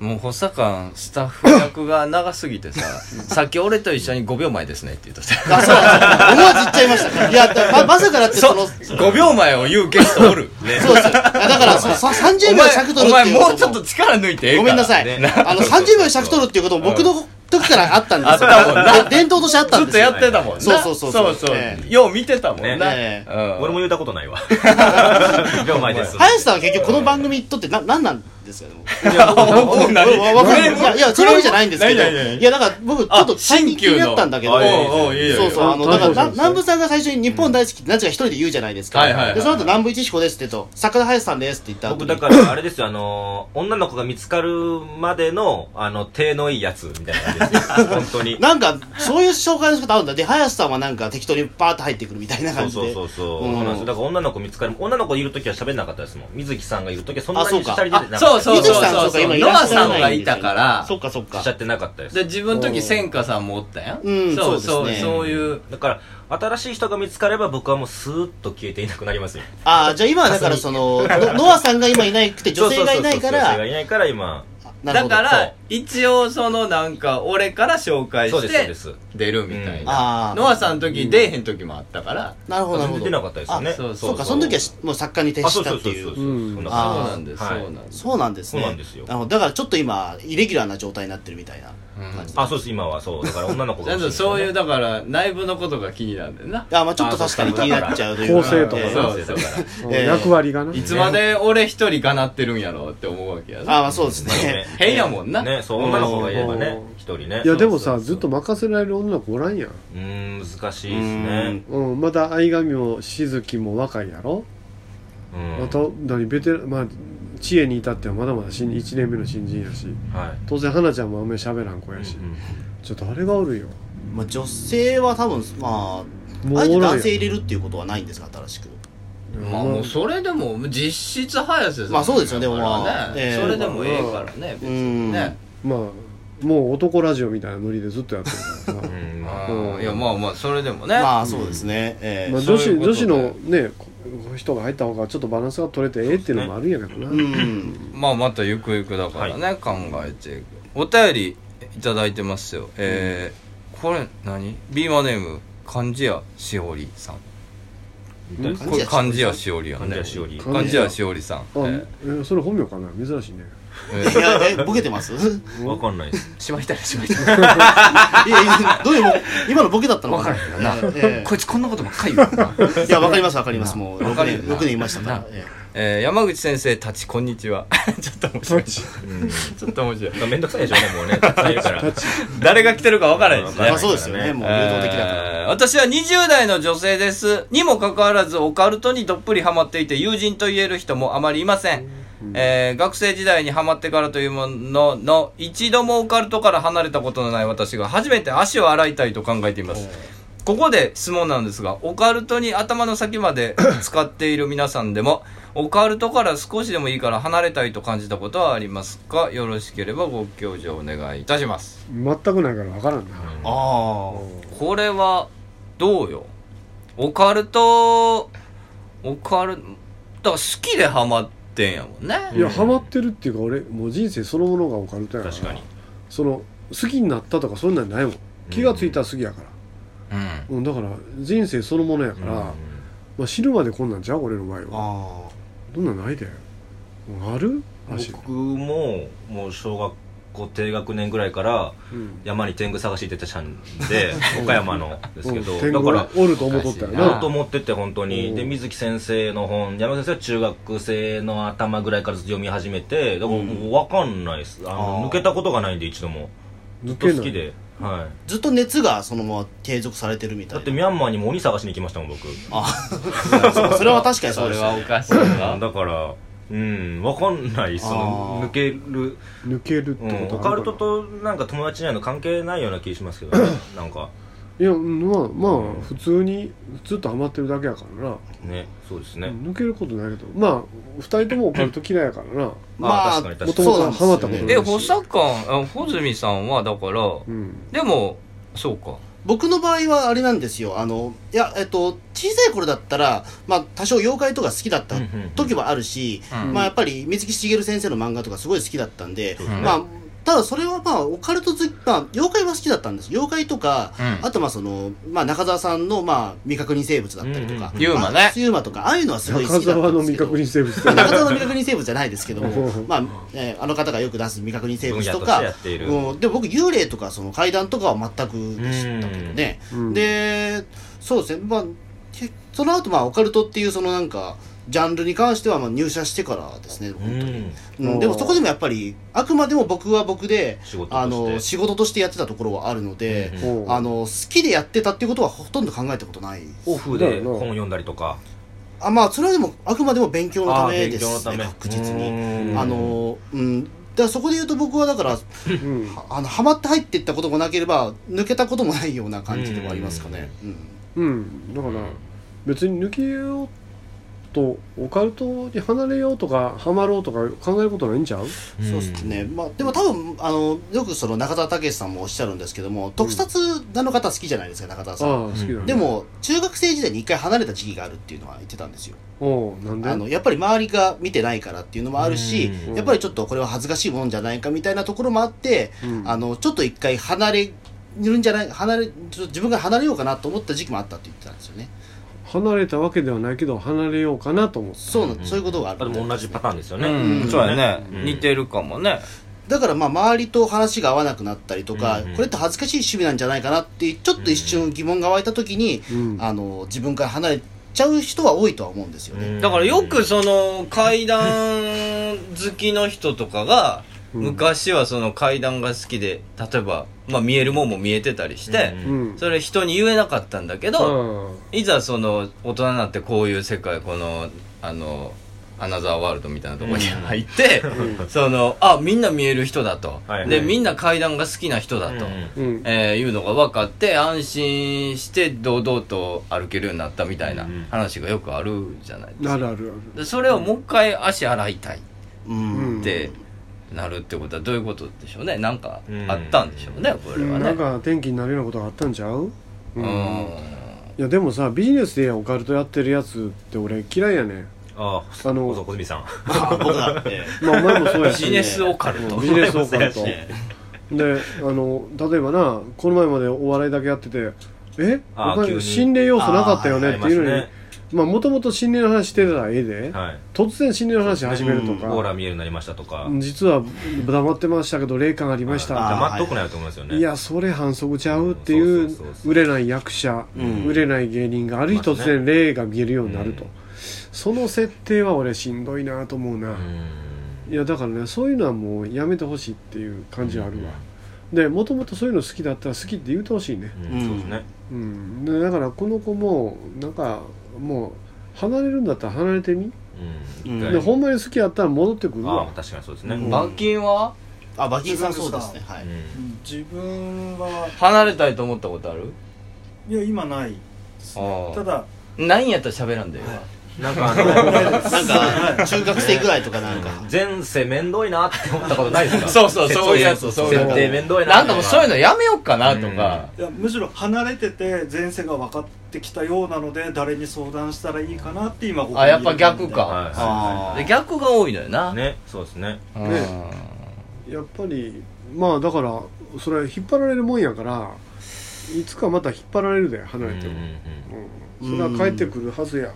もう補佐官スタッフ役が長すぎて ささっき俺と一緒に5秒前ですねって言っとってあ、そうなんですよ思わず言っちゃいました。いや、ま、まさかだって、その、そう5秒前を言うゲストお るですよ。いやだから、そのさお30秒尺取るって前いうお前もうちょっこと力抜いてええごからめんなさい。ねあの、30秒尺取るっていうことも僕の時からあったんですよ。あったもんなで伝統としてあったずんっとですやよ。ってたもんなそうそうそそうそううそうえよう見てたもんなねえうん俺も言うたこ とないわ俺も前です林さんは結局この番組にとってな、なんなんですかね。 おお何わわわかんないクレームいやいや、そういうわけじゃないんですけど。ないないないいや、だから僕、ちょっとあ最近気になったんだけど。新旧のおうおういいよそうそう、いいよあの、だから、な南部さんが最初に日本大好きって、なぜか一人で言うじゃないですか。はいはいはいで、その後、南部一彦ですって言うと、桜林さんですって言った後僕にだからあれですよあの女の子が見つかるまでのあの手のいいやつみたいな感じ です本当になんか、そういう紹介の仕方あるんだ。で、林さんはなんか適当にパーッと入ってくるみたいなそ感うじで。そうそうそう、うんそうなんですよだから女の子見つかる女の子いる時は喋んなかったですもん水木さんがいる時はそんなあそにうかしゃり出てなかったそうそう水そう木さんそとうかそ今ういノらアっしゃさらんながいんいですよたからそっかそっかしゃ。ってなかったですで自分の時千花さんもおったやん、うんそうそそうそううですねいうだから新しい人が見つかれば僕はもうスーッと消えていなくなりますよああ、じゃあ今はだからその、のノアさんが今いなくて女性がいないかそうそうそうそう女性がら、いないから今なるだほかどそらう一応そのなんか俺から紹介そうしですそうてです出るみたいうんな、あーノアさんの時出えへん時もあったから、なるほど、なるほ全然ど。出なかったですよねあそうそうか、その時はしもう作家に徹あしそうたそっうてそういそううそ。んなあーそう感じなんです、はいそうなんですそうなんですね。そうなんですよなるほどだからちょっと今、イレギュラーな状態になってるみたいな感じで。あそうです今はそうだから女の子がなん欲しいんかですよそうねいうだから内部のことが気になるんだよなあまあちょっと確かに気になっちゃうという構成とかねえーそうそうだからうんえー役割がな。いつまで俺一人がなってるんやろうって思うわけやあなまあそうですね。変やもんな、ね、そう女の子がいればねうん一人ねいやでもさそうずそうっと任せられる女の子おらんやん、うーん難しいうですんねうん、まだ相上も静きも若いやろ、うんまた何ベテランまあ知恵に至ってはまだまだ新1年目の新人やしはい当然花ちゃんもあんまり喋らん子やし、ちょっとあれがおるよまあ女性は多分、まもあ、あうえておらん男や性入れるっていうことはないんですか、新しく。んまあもうそれでも実質早瀬さんまあそうですよねだからまあええそれでもええからね別にねまあもう男ラジオみたいなノリでずっとやってる からうさんまあうんいやまあまあそれでもねまあそうですね。えまあえ女そ子ういうこと女子のだよねこ人が入った方がちょっとバランスが取れてええっていうのもあるんやけどな、うん。まあまたゆくゆくだからね、考えていくお便りいただいてますよえーこれ何ビーマネーム漢字屋しおりさんみたいこれ漢字屋しおりやね患者しおりか漢字屋しおりさんえあーえそれ本名かな珍しいねえいや、え、ボケてます いわかんないです しまいたらしまいたらやいや、どういうも、今のボケだったのかな。わからんよなええこいつこんなことばっかり言うな いや、わかりますわかります。もうわ6かるよ年、な六年いましたから。ええー山口先生たちこんにちは ちょっと面白いしうんちょっと面白い めん どくさいでしょも うねたくさんいるから誰が来てるかわからないですえねまあそうですよね。もう流動的だから。えー私は20代の女性です。にもかかわらず、オカルトにどっぷりハマっていて、友人と言える人もあまりいません。えー学生時代にハマってからというものの、一度もオカルトから離れたことのない私が、初めて足を洗いたいと考えています。ここで質問なんですが、オカルトに頭の先まで使っている皆さんでも、オカルトから少しでもいいから離れたいと感じたことはありますかよろしければご教授お願いいたします。全くないから分からんな、ああ。これはどうよオカルトオカルだから好きでハマってんやもんねいやハマってるっていうか俺もう人生そのものがオカルトやから確かにその好きになったとかそんなんないもん気がついたら好きやから、うんうん、だから人生そのものやから、うんまあ、死ぬまでこんなんちゃう俺の場合はあどんなんないである足、僕ももう小学校低学年ぐらいからうん山に天狗探しに出てたん で岡山のですけうどん天だ狗からがおると思っとったよおかしいずなっなと思ってて本当うにんで水木先生の本山口先生は中学生の頭ぐらいからずっと読み始めてだからもう分かんないですあのあー抜けたことがないんで一度もずっと好きで、はあ。ずっと熱がそのまま継続されてるみい、たいだな。ってミャンマーにも鬼探しに行きましたもん僕あ そうそれは確かにそそうでれすはおねかしいなだからうん分かんないそのあー抜ける、抜けるっうてん、オことカあルるかトな、となんか友達になるの関係ないような気しますけどねなんかいやうんまあまあ普通にずっとハマってるだけやからな、ねそうですね、抜けることないけどまあ2人ともオカルト嫌いやからなあまーあ確かに確かにそうなんですよ元々ハマったことなえい補佐官あ穂積さんはだからうんでもそうか僕の場合はあれなんですよあのいや、えっと、小さい頃だったら、まあ、多少妖怪とか好きだったうんうんうん時はあるし、うんまあ、やっぱり水木しげる先生の漫画とかすごい好きだったんで、そうですねまあ、ただそれはまあオカルト好き、まあ、妖怪は好きだったんです妖怪とか、うんあとまあその、まあ、中澤さんのまあ未確認生物だったりとか、うんうんユーマねまあユーマとかああいうのはすごい好中きだった沢んのです未けど確認生物って、中澤の未確認生物じゃないですけどもまあえーあの方がよく出す未確認生物と分野としかてやっているうんでも僕幽霊とかその怪談とかは全くでしたけどね、うんでそうですねまあけその後まあオカルトっていうそのなんかジャンルに関してはまあ入社してからですね、うんうんでもそこでもやっぱりあくまでも僕は僕で仕事としてあの仕事としてやってたところはあるので、うんおうあの好きでやってたっていうことはほとんど考えたことないオフで本を読んだりとかあまあそれはでもあくまでも勉強のためですあー勉強のたねめ確実にうんあのうんだからそこで言うと僕はだからはうんあのハマって入っていったこともなければ抜けたこともないような感じではありますかねうんうんだから別に抜けようとオカルトに離れようとかハマろうとか考えることないんちゃうそうですね、まあ、でも多分あのよくその中澤武さんもおっしゃるんですけども特撮なの方好きじゃないですか中澤さん、ああ好きだねでも中学生時代に一回離れた時期があるっていうのは言ってたんですよおうなんであのやっぱり周りが見てないからっていうのもあるし、うんやっぱりちょっとこれは恥ずかしいもんじゃないかみたいなところもあって、うんあのちょっと一回離れるんじゃない離れちょっと自分が離れようかなと思った時期もあったって言ってたんですよね離れたわけではないけど離れようかなと思ってそうな、そういうことがああでるも同じパターンですようねん、うんそうやね、うん似てるかもねだからまあ周りと話が合わなくなったりとか、うんうんこれって恥ずかしい趣味なんじゃないかなってちょっと一瞬疑問が湧いた時に、うんあの自分から離れちゃう人は多いとは思うんですよね、うんだからよくその階段好きの人とかがうん昔はその階段が好きで例えば、まあ、見えるもんも見えてたりしてうんうんそれ人に言えなかったんだけどあいざその大人になってこういう世界このあのアナザーワールドみたいなところにうん入って、そのあみんな見える人だと、はいはいでみんな階段が好きな人だと、あうんえーいうのが分かって安心して堂々と歩けるようになったみたいなうん話がよくあるじゃないですあかるあるあでそれをもう一回足洗いたいっうんうんてなるってことはどういうことでしょうねなんかあったんでしょうねこれるはなんねか天気になるようなことがあったんちゃうううんんいやでもさビジネスでオカルトやってるやつって俺嫌いやねんあああ小の、僧小泉さんあ僕だってまあ、お前もそうやビしジネスオカルうトんビジネスオカルト そうであの例えばなこの前までお笑いだけやっててえあーお前急に心霊要素なかったよあねっていうのにまあもともと心霊の話してたらええで、はい突然心霊の話始めるとうオーか、ラ見えるようになりましたとか実は黙ってましたけど霊感ありましあーた黙っとくなよと思いますよねいやそれ反則ちゃうっていううんそうそうそうそう売れない役者、うん売れない芸人がある日突然霊が見えるようになると、うんその設定は俺しんどいなと思うな、うんいやだからねそういうのはもうやめてほしいっていう感じはあるわ、でもともとそういうの好きだったら好きって言うてほしいね、うんそうですねうん、でだからこの子もなんかもう離れるんだったら離れてみ、うんうんで一回ほんまに好きやったら戻ってくるああわ確かにそうですねうん罰金はあ馬琴さんそうですねはい、うん自分は離れたいと思ったことあるいや今ないですあねーただ何やったら喋らんでよなんかあの なんか中学生ぐらいとかなんか前世めんどいなって思ったことないですかそうそう設定そういうやつそういうやつ設定めんどいななんかもうそういうのやめようかなとかいやむしろ離れてて前世が分かってきたようなので誰に相談したらいいかなって今ここにあやっぱ逆かはあでー逆が多いのよないねそうですねうんねやっぱりまあだからそれは引っ張られるもんやからいつかまた引っ張られるで離れてもうんうんうん、うんそれは帰ってくるはずや、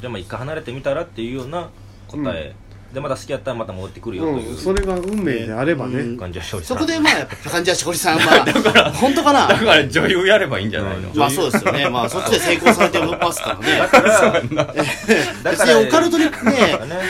じゃあまあ一回離れてみたらっていうような答え、でまた好きやったらまた戻ってくるよとういん、うそれが運命であればね、うん感じはしておりますそこでまあやっぱ感じはしこりさん は本当かなだから女優やればいいんじゃないのまあそうですよねまあそっちで成功されてますからねだ別かにらオカルトにね、ね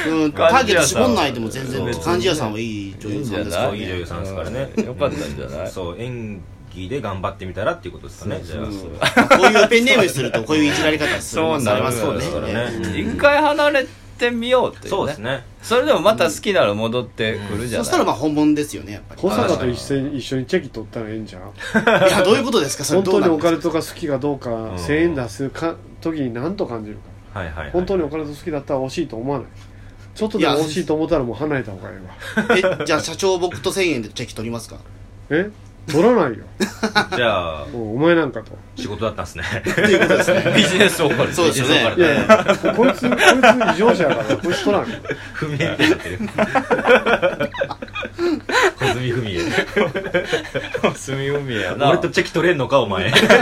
うん、ターゲット絞んないでも全然そう貫地谷さんはいい女優さんですからいい女優ねさんですからねうんよかったんじゃないそう演技で頑張ってみたらっていうことですかねじゃあうんこういうペンネームにするとこういういじられ方するそうなりりまますすよよねねうん一回離れてみようっていうねそうですねそれでもまた好きなら戻ってくるじゃなそいしたらまあ本物ですよねやっぱり保坂と一緒に一緒にチェキ取ったらええんじゃんいやどういうことですかそれ本どう当なにんでオすかカルトが好きかどうかん1000円出すか時に何と感じるかはいはい、はい、本当にオカルト好きだったら惜しいと思わないちょっとでもいや惜しいと思ったらもう離れた方がいいわえじゃあ社長僕と1000円でチェキ取りますかえ取らないよ じゃあもうお前なんかと仕事だったんですねっ ていうことですね。ビジネスオーカルそうですよねいやいやこいつこいつ異常者やからこいつ取らんよ踏み絵ってなって る小泉文江すみおみやな俺とチェキ取れんのかお 前取怖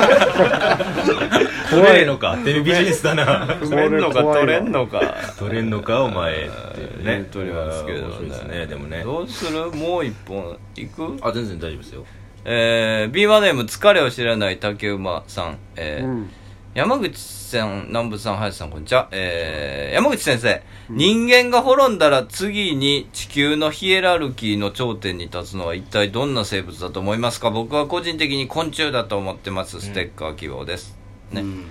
いれんのかってビジネスだな取れんのかこれ取れ怖いわんのか取れんのかお前っていう言うねとりますけどね面白いですねでもねどうするもう一本いくあ全然大丈夫ですよえー、ビーマネーム疲れを知らない竹馬さん、えーうん山口さん南部さん林さんこんにちは、えー、山口先生、人間が滅んだら次に地球のヒエラルキーの頂点に立つのは一体どんな生物だと思いますか僕は個人的に昆虫だと思ってますステッカー希望です、ねうん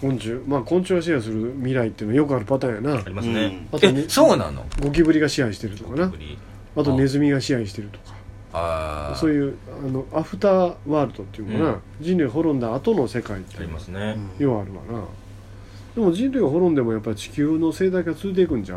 昆虫まあ昆虫が支配する未来っていうのはよくあるパターンやなありますねあとねえそうなのゴキブリが支配してるとかなあとネズミが支配してるとかああそういうあのアフターワールドっていうのかな、うん人類滅んだ後の世界ってありますねうん要はあるわなでも人類が滅んでもやっぱり地球の生態が続いていくんじゃ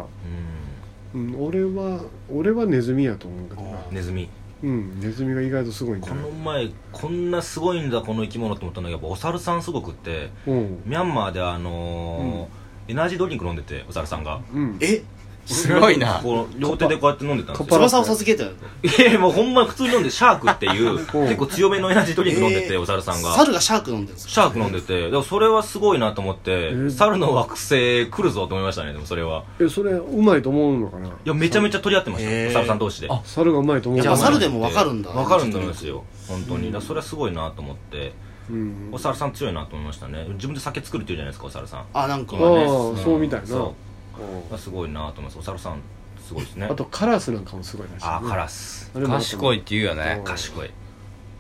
う、うん、俺は俺はネズミやと思うけどあなうんネズミうんネズミが意外とすごいんだこの前こんなすごいんだこの生き物と思ったのがやっぱお猿さんすごくってうんミャンマーであのーエナジードリンク飲んでてお猿さんがうんえすごいなこう両手でこうやって飲んでたんですよ翼を授けたよいやいやもうほんま普通に飲んでシャークっていう結構強めのエナジードリンク飲んでて、えーお猿さんが猿がシャーク飲んでるんですシャーク飲んでてだからそれはすごいなと思って、うん猿の惑星来るぞと思いましたねでもそれはえそれうまいと思うのかないやめちゃめちゃ取り合ってましたよ、へーお猿さん同士であ猿がうまいと思うやっぱ猿でもわかるんだわかるんだと思いますよ本当にだからそれはすごいなと思ってうんお猿さん強いなと思いましたね自分で酒作るっていうじゃないですかお猿さんあなんかああねそうみたいなそうまあすごいなと思いますお猿さんすごいですねんあとカラスなんかもすごいらしいねあーカラスあれもなんか賢いって言うよね賢いい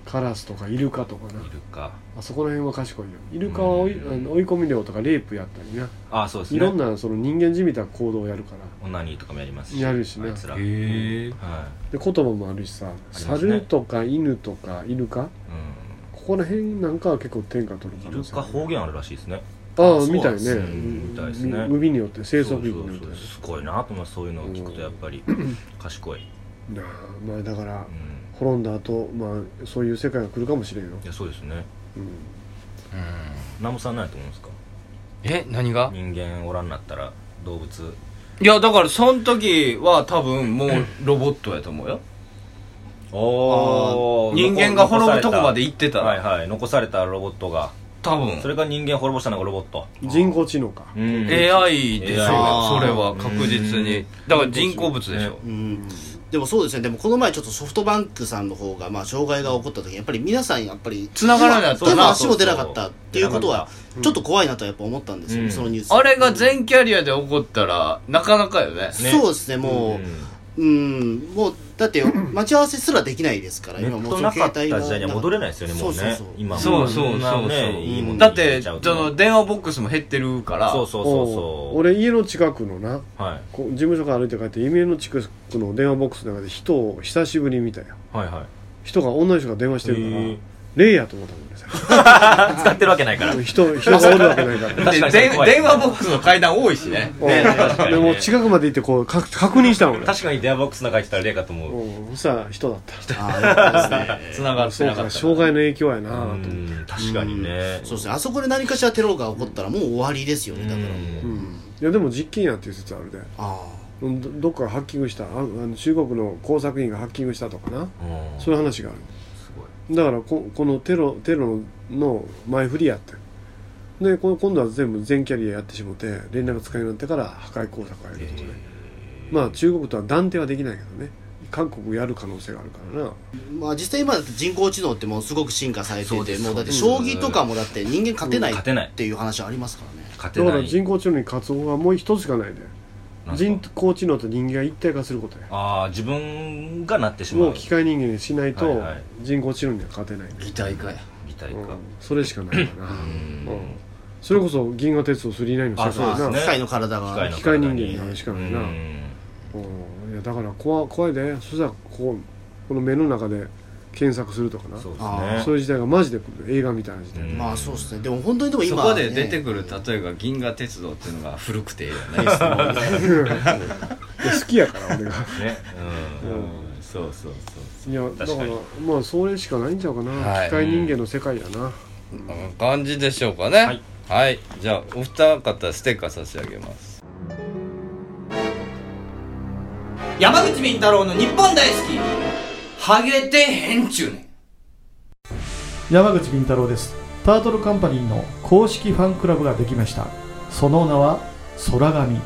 カラスとかイルカとかなるかあそこら辺は賢いよイルカは追い,、うんあの追い込み漁とかレイプやったりなあーそうですいねろんなその人間じみた行動をやるからオナニーとかもやりますしやるしねあいつらへえはで言葉もあるしさ、ますね猿とか犬とかイルカい、うここら辺なんかは結構天下取る可ん、イ能ル性カ方言あるらしいですねああそうみなたんいですねねうんみたいですみね海によって生息域そうにそよっうてそうすごいなと思いますそういうのを聞くとやっ ぱり賢い、なあまあだからうん、滅んだ後まあそういう世界が来るかもしれんよい、やそうですねうん、南もさん何やと思うんですかえ何が人間おらんなったら動物いやだからその時は多分もうロボットやと思うよお人間が滅ぶとこまで行っ行ってたたら、はいはい残されたロボットが多分それが人間滅ぼしたのがロボット、人工知能かうん AI ですよ AI それは確実うにんだから人工物でしょ、うんでもそうですねでもこの前ちょっとソフトバンクさんの方がまあ障害が起こった時にやっぱり皆さんやっぱり繋がらなかったな手も足も出なかったっていうことはうんちょっと怖いなとやっぱ思ったんですよ、うんそのニュースあれが全キャリアで起こったらなかなかよねねそうですねもんううん、もうだ って待ち合わせすらできないですからネッもうトそのなか携った帯が時代には戻れないですよねもそううそうねそう今もそうそうそんうなねいいもそうのだってそそのの電話ボックスも減ってるからそうそうそうそおうう俺家の近くのなはいこう事務所から歩いて帰って家の近くの電話ボックスの中で人を久しぶりに見たよはいはい人が女の人が電話してるかへらえ霊やと思ったもんね使ってるわけ ないから人人がおるわけな いからで確かにで怖い電話ボックスの階段多いしねうんね確かにねでも近くまで行ってこうか確認したの俺確かに電話ボックスの中入ってたら例かと思ううんそしたら人だったああよかった ですね繋がってそうなかかった障害の影響やなとう思ってん確かにねうんそうですねあそこで何かしらテロが起こったらもう終わりですよねだから、うんうんいやでも実験やっていう説あるであうんどどっかハッキングしたああの中国の工作員がハッキングしたとかなうんそういう話があるすごいだからここのテロテロの前振りやってでこ今度は全部全キャリアやってしもて連絡使いになってから破壊工作をやるとかね、まあ中国とは断定はできないけどね韓国やる可能性があるからなあまあ実際今だって人工知能ってもうすごく進化されそてうでてすもうだって将そうです棋とかもだって人間勝てない勝てないっていう話ありますからね勝てだかならい人工知能に勝つ方法はもう一つしかないでなんか人工知能と人間が一体化することやああ自分がなってしまもうう機械人間にしないはいとはい人工知能には勝てない、擬態化やみたいうんかそれしかないかな、うんうんそれこそ「銀河鉄道999」のあ世そう界ですな、ね機械の体が械の機械人間になるしかないな、うんうんいやだから怖怖いでそしたらこうこの目の中で検索するとかなそうであーすそうねいう時代がマジで来る映画みたいな時代、うんまあそうですねでも本当にでもそ今、ね、こで出てくる例えば銀河鉄道っていうのが古くて いいよね いや好きやから俺がねうんうんそそうそうそういやだ確かからに、まあそれしかないんちゃうかな、はい機械人間の世界や な、こんな感じでしょうかねはいじゃあお二方ステッカー差し上げます山口敏太郎の日本大好きハゲてへんちゅうねん山口敏太郎ですタートルカンパニーの公式ファンクラブができましたその名は空神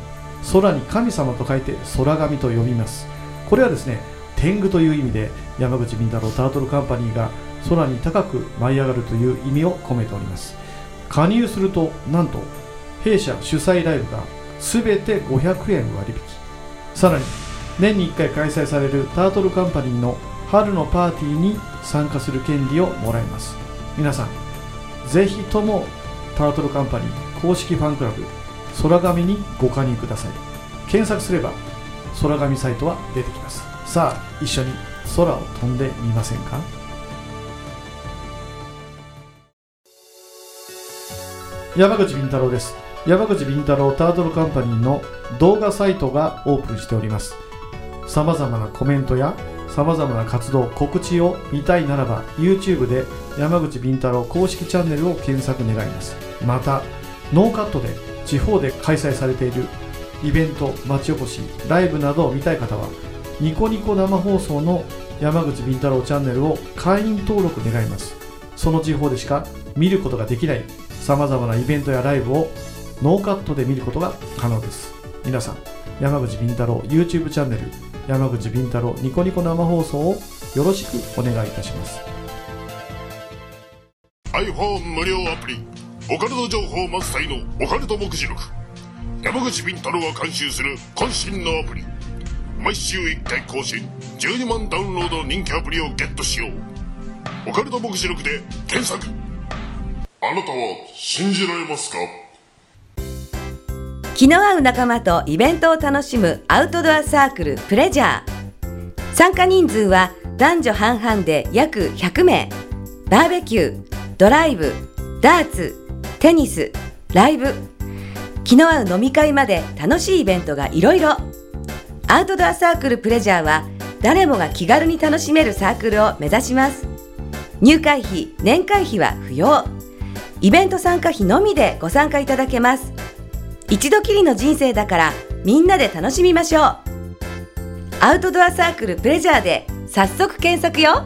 空に神様と書いて空神と呼びますこれはですね天狗という意味で山口敏太郎タートルカンパニーが空に高く舞い上がるという意味を込めております加入するとなんと弊社主催ライブが全て500円割引さらに年に1回開催されるタートルカンパニーの春のパーティーに参加する権利をもらえます皆さんぜひともタートルカンパニー公式ファンクラブ空紙にご加入ください検索すれば空紙サイトは出てきますさあ一緒に空を飛んでみませんか山口敏太郎です山口敏太郎タートルカンパニーの動画サイトがオープンしておりますさまざまなコメントやさまざまな活動告知を見たいならば YouTube で山口敏太郎公式チャンネルを検索願いますまたノーカットで地方で開催されているイベント町おこしライブなどを見たい方はニコニコ生放送の山口敏太郎チャンネルを会員登録願いますその地方でしか見ることができないさまざまなイベントやライブをノーカットで見ることが可能です皆さん山口敏太郎 YouTube チャンネル山口敏太郎ニコニコ生放送をよろしくお願いいたします iPhone 無料アプリオカルト情報満載のオカルト目次録山口敏太郎が監修する渾身のアプリ毎週1回更新12万ダウンロードの人気アプリをゲットしようオカルト目次録で検索あなたは信じられますか気の合う仲間とイベントを楽しむアウトドアサークルプレジャー参加人数は男女半々で約100名バーベキュードライブダーツテニスライブ気の合う飲み会まで楽しいイベントがいろいろアウトドアサークルプレジャーは誰もが気軽に楽しめるサークルを目指します入会費年会費は不要イベント参加費のみでご参加いただけます一度きりの人生だからみんなで楽しみましょうアウトドアサークルプレジャーで早速検索よ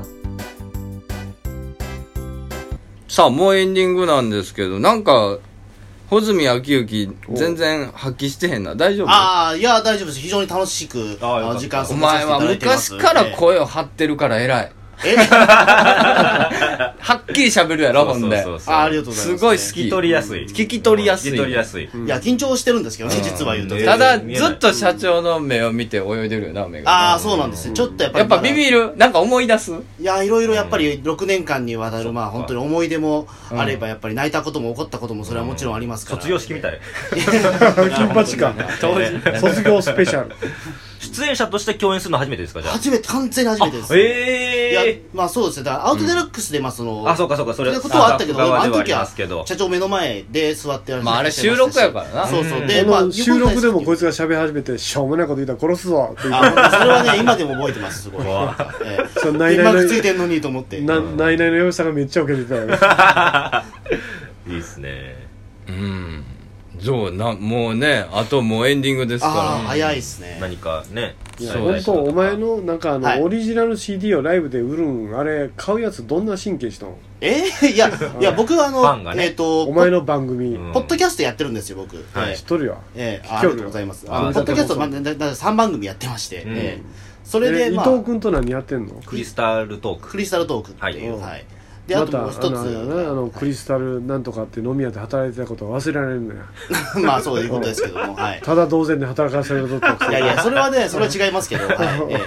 さあもうエンディングなんですけどなんか穂積昭之全然発揮してへんな大丈夫ああ、いや、大丈夫です。非常に楽しく、あーよかあったの時間過おごさせ前ていたはだいてます。昔から声を張ってるから偉いええあはっきり喋るやろほんでそうそうそうーありがとうございすます。ごい好き聞き取りやすい聞き取りやすい聞き取りやすいいや、緊張してるんですけどね、実は言うとう。んただ見えないずっと社長の目を見て泳いでるよな目がああ、そうなんですね。ちょっとやっぱり。やっぱビビるなんか思い出すいや、いろいろやっぱり6年間にわたそる、っまあか本当に思い出もあれば、やっぱり泣いたことも怒ったことも、それはもちろんありますから。卒業式みたい金八か当時卒業スペシャル出演者として共演するの初めてですかじゃあ 初めて、完全に初めてです。いやええ、まあそうですね。だからアウトデラックスで、まあその、あそうかそうかそそうれいうことはあったけど、あでもあ側でのはあ時りまはすけど社長目の前で座ってやらせてまああれ収録やからなそうそうう。んで、こまあの収録でもこいつ。つが喋り始めてしょうもないこと言ったら殺すぞって言っあ、それはね、今でも覚えてます、すごい。ええその内でう々まのくついてんのにと思って。てなないないの容赦がめっちゃ受けてたよねあいいっすねうんそうなもうねあともうエンディングですああ、から早いですね。何かねいやそう本当お前のなんかあの、はいオリジナル CD をライブで売るんあれ買うやつどんな神経したのえー いや、いや、僕はあファンがの、ねえっと、お前の番組、うんポッドキャストやってるんですよ、僕。はいええ知っとるよええああ聞きりよがるよとうございます。ああのりポがッドキャスとうございますト、まだだだ3番組やってまして、うんええそそれで、伊まあ、藤君と何やってんのクリスタルトーククリスタルトークっていう、はいはい。で、あまとたもう一あのあれだなあのつ、クリスタルなんとかって飲み屋で働いてたことは忘れられるんだよ まあそういうことですけども、 はい。ただ同然で働かされるとったくせいにやいや、それはね、それは違いますけ ど、はい。えええ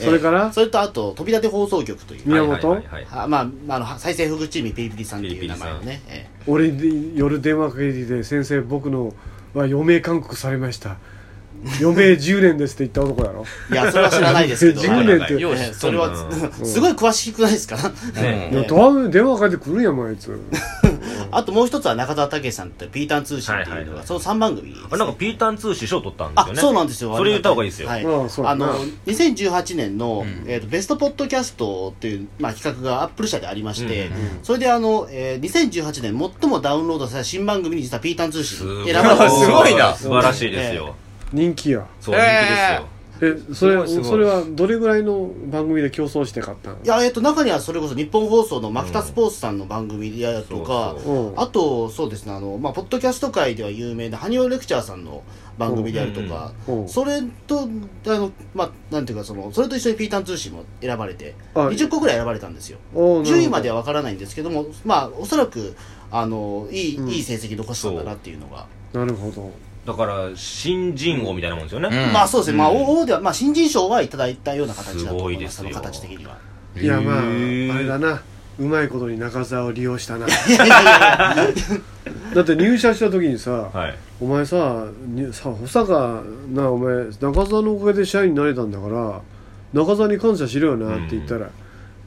えそれからそれとあと、飛び立て放送局という、宮本はいはいはいはいあまあ、まああの、再生福チームピリピリさんってピいリうピ名リさん前のね、え俺に夜電話かけてきて「先生僕のは余命勧告されました余命10年です」って言った 男やろえいや、それは知らない ですけど、 10はい年って、ようええ知っそれとんなは、すごい詳しくないですかうんいや、だいぶ電話かけてくるやん、あいつ。 あともう一つは中田武さんってピーターン通信っていうのはいはいはがいその3番組ですあれなんかピーターン通信賞取ったんですよあねそうなんですよそれ言った方がいいですよ、はうんそうあだなの2018年の、えーとベストポッドキャストという、まあ、企画がアップル社でありまして、それであの、えー2018年最もダウンロードされた新番組に実はピーターン通信 す選ごいばれてすごいな素晴らしいですよ、人気やそう人気ですよ、えそすごれいすごいそれはどれぐらいの番組で競争して買ったのいや、えっと、中にはそれこそ日本放送のマキタスポーツさんの番組やとかそう、そううんあと、そうですね、あの、まあ、ポッドキャスト界では有名な、ハニオレクチャーさんの番組であるとか、うんうんそれと、あの、まあ、なんていうか、その、それと一緒にピーターン通信も選ばれて、あ20個ぐらい選ばれたんですよ。おーなるほど10位まではわからないんですけども、まあ、おそらく、あの、いい、いい成績残したんだなっていうのが。なるほどだから新人王みたいなもんですよね、うんまあ、そうですね、まあ、王王では、まあ、新人賞はいただいたような形だと思います、すごいそのですよ形的には。いやまああへーれだなうまいことに中澤を利用したないやいやいや だって入社した時にさはいお前さにさ保坂なお前中澤のおかげで社員になれたんだから中澤に感謝しろよなって言ったら、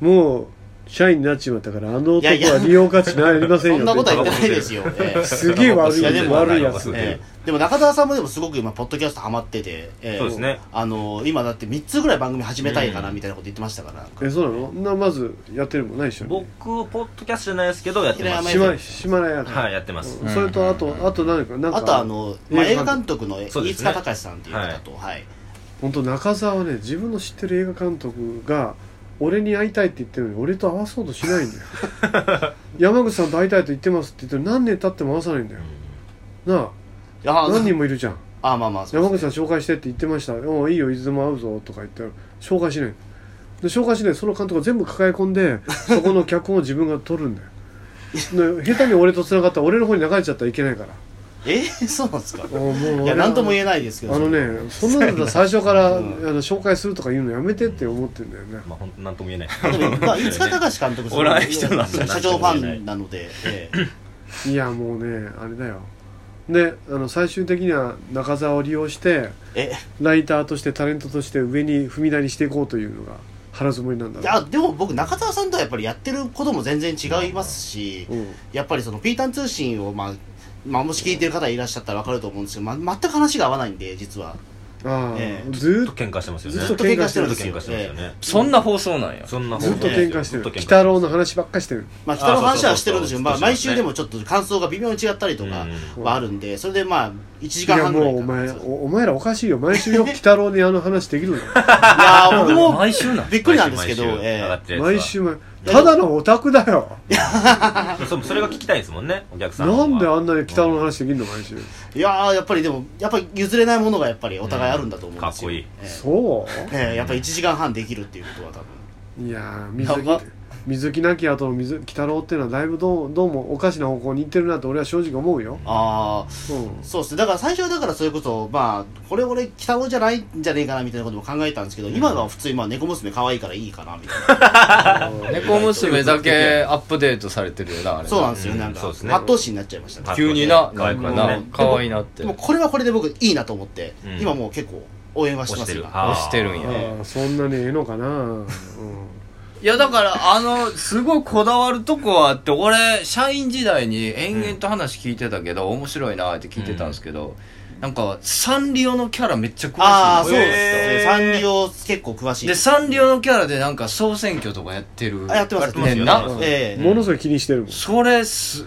もう社員になっちまったからあの男いやいやは利用価値なりませんよそんなことは言っっててないですよ。ええすげえ悪いいやでも悪いやつ、ええでも中澤さんもでもすごく今ポッドキャストハマってて、ええそうですねあの今だって3つぐらい番組始めたいかなみたいなこと言ってましたから、なんかえそうなのなまずやってるもんないでしょ僕ポッドキャストじゃないですけどやってま平す山島島根やからはいやってます、それとあとあと何かなんかあとあの、まあ、映映画画監監督の飯そうですね塚隆さんっていう方と、はい本当中澤はね自分の知ってる映画監督が俺に会いたいって言ってるのに俺と会わそうとしないんだよ山口さんと会いたいと言ってますって言ってる何年経っても会わさないんだよ、なああ何人ももいるじゃんあまあまあそう山口ですさん紹介してって言ってました「おういいよいつでも会うぞ」とか言ったら紹介しないで紹介しないその監督が全部抱え込んでそこの脚本を自分が取るんだよで下手に俺と繋がったら俺の方に流れちゃったらいけないからえそうなんですかおうもう俺はいや何とも言えないですけどあのね、そんなのだったら最初から、うんあの紹介するとか言うのやめてって思ってんだよね。まあ本当なんとも言えないまあ でも まあ飯塚隆監督おらん人なんだ社な長ファンなので、ええいや、もうね、あれだよ。で、あの最終的には中澤を利用して、えライターとしてタレントとして上に踏み台にしていこうというのが腹積もりなんだいろやでも僕中澤さんとはやっぱりやってることも全然違いますし、う。うん、やっぱりそのピーターン通信を、まあ、まあ、もし聞いてる方いらっしゃったら分かると思うんですけど、ま、全く話が合わないんで、実は。ああ、ええ ずっずと喧嘩してますよねずっと喧嘩してるんですよずっと喧嘩してますよねそんな放送なんや。そんなずっと喧嘩してずる。っと鬼喧嘩太郎の話ばっかりしてる。まあ、北の話はしてるんですよ。あそうそうそうまあ、そうで毎すね週でもちょっと感想が微妙に違ったりとかうはあるんで、それでまあ、1時い間や、半ぐもらいうおかな前そういお、お前らおかしいよ。毎週 よ、鬼太郎にあの話できるの。やー、僕も毎週なんびっくりなんですけど、毎週え上がえってるやつは毎週毎、ただのオタクだよ。そうそれが聞きたいですもんねお客さんはなんであんなに鬼太郎の話できるの、毎週。いやー、やっぱりでも、やっぱり譲れないものがやっぱりお互いあるんだと思うんですよ。うんかっこいいええそうええやっぱり1時間半できるっていうことは多分。いやーやば水木水木なき後の水木太郎っていうのはだいぶどうどうもおかしな方向に行ってるなと俺は正直思うよ、ああ、うん、そうですね。だから最初はだからそれこそ、まあ、これ俺、北尾じゃないんじゃねえかなみたいなことも考えたんですけど、今のは普通にまあ、猫娘可愛いからいいかなみたいな。猫娘だけアップデートされてるよな、あれ。そうなんですよ。なんか、そうですね圧倒視になっちゃいましたね。急にな、可な愛んくかねな、可愛いなってで。もこれはこれで僕いいなと思って、うん今もう結構応援はしてま押してするよ。押してるんや。ああそんなにええのかな、うん、いや、だから、あの、すごいこだわるとこはあって、俺、社員時代に延々と話聞いてたけど、面白いなって聞いてたんですけど、なんか、サンリオのキャラめっちゃ詳しいの。ああ、そうへですよ。サンリオ結構詳しい。で、サンリオのキャラでなんか総選挙とかやってる。あやってますやってますねんなやってますええものすごい気にしてるもんそれす、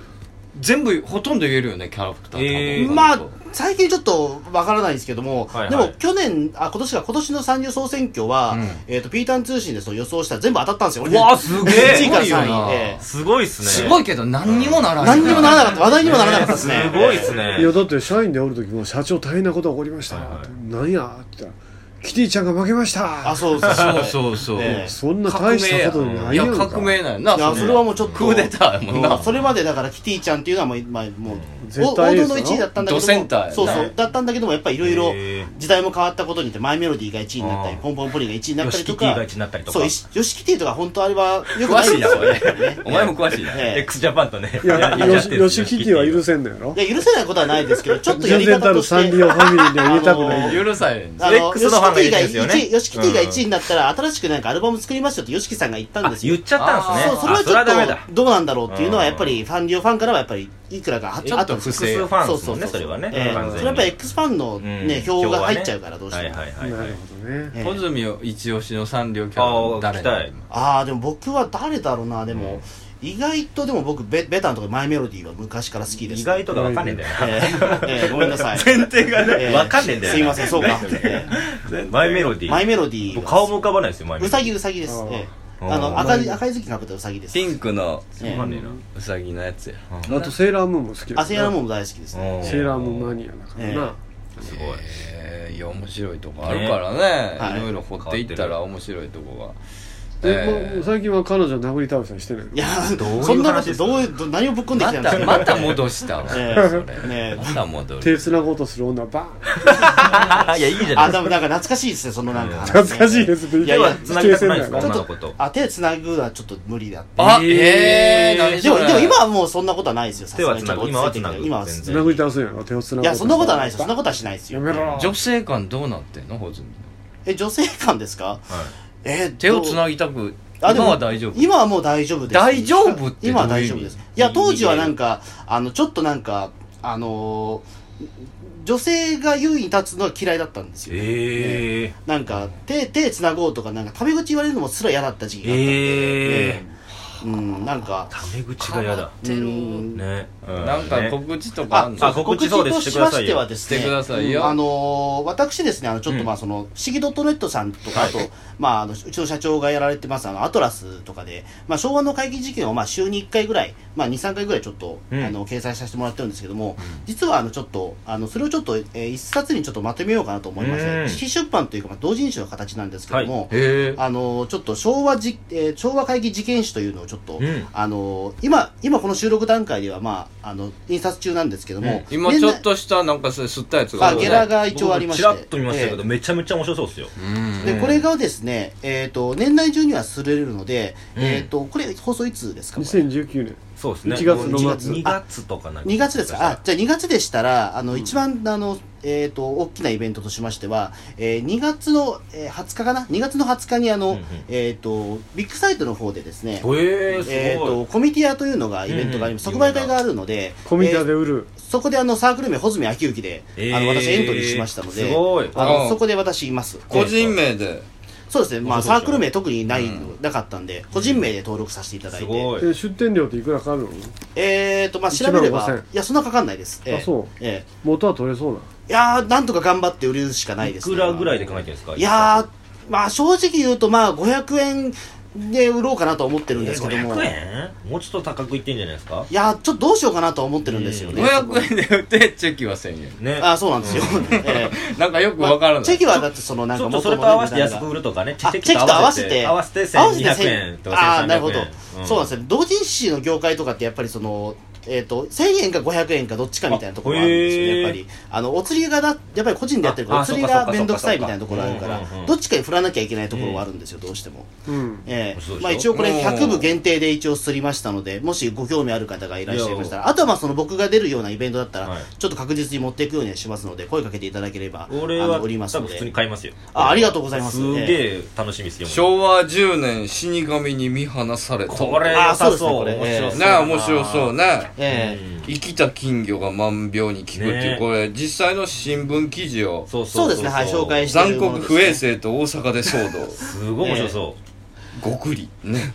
全部、ほとんど言えるよね、キャラクター多分。えーまあ、最近ちょっとわからないんですけども、はいはいでも去年、あ、今年か、今年の参入総選挙は、うんえっ、と、ピーターン通信でその予想したら全部当たったんですよ。俺うわーすげえ1位からすごいよ3な位。ええすごいっすねすごいけど、何にもならない。何にもならなかった。話題にもならなかったですね。すごいっすねいやだって社員でおる時も社長大変なことが起こりました、はいはいってなんやって言ったらキティちゃんが負けましたあ、そうそうそうそうそう。ええそんな大したことないいや、やんか革命なんやいやな、それはもうちょっとクーデターやもんな。それまでだからキティちゃんっていうのはもう、まあ、もうお絶王対エー道スだのろ1位だったんだけどもドセンターやなそうそうだったんだけどもやっぱりいろいろへー時代も変わったことによってマイメロディーが1位になったりあーポンポンポリが1位になったりとヨシキティかが一位になったりとかそういしヨシキティとか本当あれはよく詳ないしいでな、すそよねれ。お前も詳しいな。ええ x ジャパンとねいややり合よっしてるんよですしキティは許すせんのやろいや許せないことはないですけどちょっとやり 全然方たとるしサンてリオファミリーには言えたくないあのよ許さへん。あの X のさんがキ言ティがうてるんですよね1位、ヨシキティがうん1位になったら、新しくなんかアルバム作りますよってヨシキさんが言ったんあですよ。言っちゃったんですそねう、それはあそれはダメだちょっと、どうなんだろうっていうのは、やっぱり、ファン、両ファンからはやっぱり、いくらかあちょっとあったんです不正複数ファンですもんねそれはねええ完全そにれはやっぱり X ファンのね、うん票が入っちゃうから、どうしてはいも。はいはいなはいるほどねええ小泉を一押しの三両キャラあー聞きたいああ、でも僕は誰だろうな、でも、意外とでも僕、ベベタなとかマイメロディーは昔から好きです。意外とが分かんねえんだよええええごめんな さい。前提がねええ分かんねえんだよすいません、そう か。えなマイメロデえィマイーメロディー僕は。顔も浮かばないですよマイメうロデさィぎうさぎです。ええあーあの、赤い、赤い月かぶったうさぎです。ピンクのええーわかんねえうなさぎのやつやあとセーラームーンも好きだあ、セーラームーンも大好きですね。うんセーラームーンマニアだからな、すごいえーいや面白いとこあるからねはいいろいろ掘っていったら面白いとこがでもうえー最近は彼女殴り倒したりしてないのいや、ういうそんなこ話と、ですどういう、ど何をぶっこんできまたんですたかまた戻したわそれええねえまた戻手る繋ごうとする女バ ーンあいやいいじゃないあ、ですでかもなんか懐かしいですね、そのなんか。懐かしいですいいやいやつなぎたくないですか女の子とあ、手つなぐのはちょっと無理だって。あええーー何でそも、れでも今はもうそんなことはないですよ、さすがに。手は繋ちょぐっと落ち着いてきた今今はは繋ぐ繋殴り倒すんやろ手をぐ。繋ごういや、そんなことはないですよ、そんなやことはしないですよ。めろ女性間どうなってんのホズミえ、女性感ですかはいえー、手をつぐ。なぎたくあで今もは大丈夫今はもう大丈夫です。大丈夫って今はどういう大意味丈夫です。いや、当時はなんか、あの、ちょっとなんか、あのー女性が優位に立つのは嫌いだったんですよ。ええなんか、手、手つなごうとか、なんか、タメ口言われるのもすら嫌だった時期があったんで、ええええうん、なんか、タメ口が嫌だうんねなんかね告知とかああん、のそうあ告知そうです告知としましてはですしてくだね、さいよあのー私ですね、あの、ちょっとまあ、その、不思議 .net さんとか、あと、まあ、あの、うちの社長がやられてます、あの、アトラスとかで、まあ、昭和の会議事件を、まあ、週に1回ぐらい、まあ、2、3回ぐらいちょっと、うんあの、掲載させてもらってるんですけども、実は、あの、ちょっと、あの、それをちょっと、えー一冊にちょっとまとめようかなと思いましうんて、非出版というか、まあ、同人誌の形なんですけども、へえあのちょっと昭和じ、えー昭和会議事件史というのをちょっと、うんあの今今この収録段階ではまああの印刷中なんですけども、今ちょっとしたなんかそう吸ったやつがあるよゲねラが一応ありまして僕チラッと見ましたけど、えめちゃめちゃ面白そうですようんでこれがですね、えー、と年内中にはすれるので、うんえー、とこれ放送いつですかこれ2019年そうですね1月の末2月とかなんか2月ですかあじゃあ2月でしたらあの一番、あのえー、と大きなイベントとしましては、えー、2月の、えー、20日かな2月の20日にあの、うんうんえー、とビッグサイトの方でですね、えええすー、ごといコミティアというのがイベントがあります、うんう即ん売会があるのでコミュニティアで売る、えーそこであのサークル名穂積昭之で、えーあの私エントリーしましたのですごいああのーそこで私います個人名でそうですね、まあ、そうでしょサークル名特にない、なかったんで個人名で登録させていただいすてごいえ出店料っていくらかかるのえーとまあ調べれ1万ば5000いやそんなかかんないです、えーあそうえ元は取れそうなーいやーなんとか頑張って売るしかないいですねくらぐらいで考えてるんですかいやーまあ正直言うとまあ500円で売ろうかなと思ってるんえですけどーも、 500円もうちょっと高くいってんじゃないですかいやーちょっとどうしようかなとは思ってるんですよね、 500円で売ってチェキは1000円ねあーそうなんですよ、えーなんかよ くわからないチェキはだってそのなんちかょっと元それ々との合値わ段がせて安く売るとかねチあェキと合わせて合わせて合わせて1200円とか1300円ああなるほど、んそうなんですね同人誌の業界とかってやっぱりそのえっ、と1000円か500円かどっちかみたいなところがあるんですよあへねーやっぱりあのお釣りがだやっぱり個人でやってるからあお釣りそうかがそうか面倒くさいみたいなところがあるかそうかうんうんうらんどっちかに振らなきゃいけないところはあるんですよどうしても、 うんええそうでしょまあ一応これうん100部限定で一応すりましたのでもしご興味ある方がいらっしゃいましたらあとはまあその僕が出るようなイベントだったはらいちょっと確実に持っていくようにはしますので声かけていただければあ俺はの売ります多の分普で通に買いますよあありがとうございますすげえ楽しみですよ昭和10年死神に見放されたこれあ良さそそううですねこ面れ白ね面白そそうだなうねええうん生きた金魚が万病に効くっていう、ねこれ実際の新聞記事をそうそうですねはい紹介して残るも酷のです不衛生と大阪で騒動すごい面白そごくりね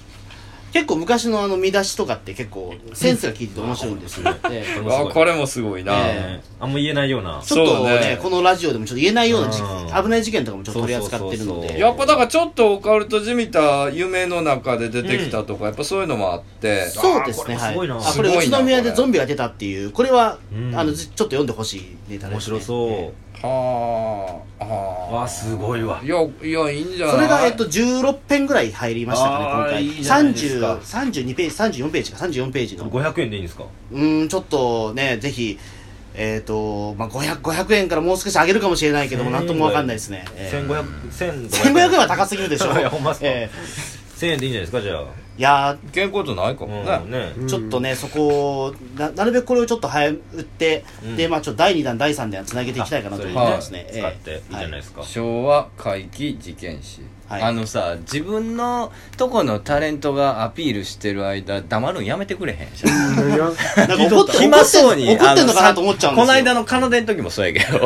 結構昔のあの見出しとかって結構センスが効いてて面白いんですよ、え うえれもすあごいこれもすごいな、えねあんま言えないようなちょっとそうねねこのラジオでもちょっと言えないような事うん危ない事件とかもちょっと取り扱ってるそのうそうそうそうでやっぱだからちょっとオカルトじみた夢の中で出てきたとか、やっぱそういうのもあってそうですねあーこれもすごいなはいあこれすごい宇な都宮でこれゾンビが出たっていうこれは、うんあのずちょっと読んでほしいネタです、ね、面白そうはあはわすごいわあいやいやいいんじゃないそれが、えっと、16編ぐらい入りましたかね、あー今回。いいじゃないですか30 32ページ、34ページか、34ページの。う500円でいいんですかーん、ちょっとね、ぜひ、えっ、と、まあ、500、500円からもう少し上げるかもしれないけども、なんともわかんないですね。ええ1500 1500 1500円は高すぎるでしょ。 いやほんまっすかえ1000円でいいんじゃないですかじゃあいやいけんことないかもね。うんねーちょっとね、そこをななるべくこれをちょっと早打って、うんでまあちょっと第2弾第3弾つなげていきたいかなと思いますね、使っていいじゃないえですか、昭和怪奇事件史、はいあのさ自分のとこのタレントがアピールしてる間黙るんやめてくれへん何がえなんか怒って暇そうに怒ってんのかなと思っちゃうんですよこの間の奏での時もそうやけ ど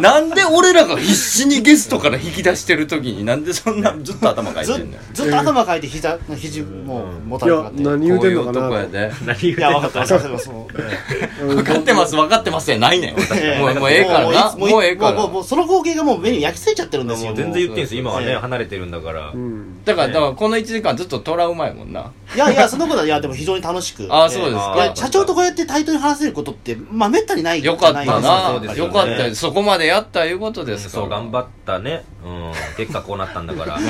なんで俺らが必死にゲストから引き出してる時になんでそんなずっと頭かいてんのよずっと頭かいて膝肘ももたいれかかやって何言うてんのかこういなうとこやでいや分かった分かったそう分かってます分かってますやないねん ええもうもうええからなもいうええからもうもうその光景がもう目に焼き付いちゃってるんですもよう全然言っていいんですよ今はえねえ離れてるんだから、うんだからだからこの1時間ずっとトラウマやもんないやいやそのことはいやでも非常に楽しくああそうですいかや社長とこうやって対等に話せることってまあめったにないよかっないたそうなですよよねかったよそこまでやったいうことですからそう頑張ったね、うん、結果こうなったん だからう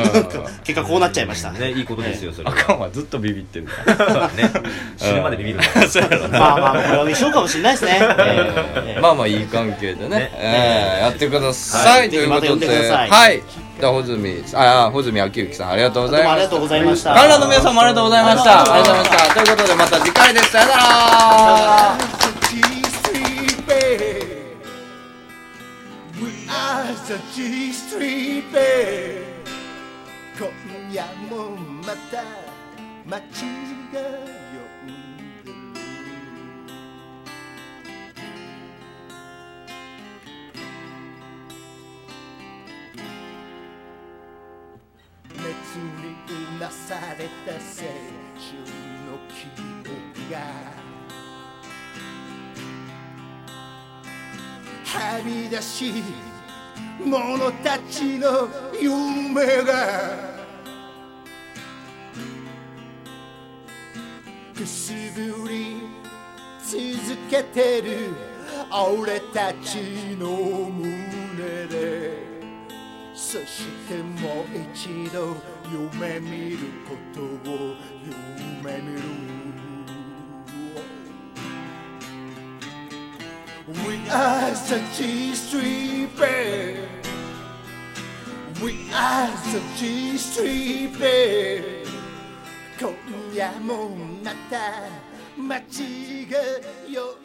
結果こうなっちゃいました、 ねいいことですよそれんあはかんわずっとビビってるから ね死ぬまでビビるなそうやろなまあまあこれは一緒かもしれないですね、ええまあまあいい関係でねねえーやってください、はいということで、ぜひまた呼んでくださいはいじゃあ穂積ああ穂積昭之さんありがとうごどざういもあますりがとうございました観覧の皆さんもありがとうございましたあありりがとがとううごございましたというざいましたことでまた次回ですさよなら G-Street, babe. We are the G-Street, babe. 今夜もまた街が呼んでる熱りうなされた青春の記憶がはみ出し者たちの夢がくすぶり続けてる俺たちの胸でそしてもう一度夢見ることを夢見る We are the G Street Band. We are the G Street Band. 今夜もまた街が呼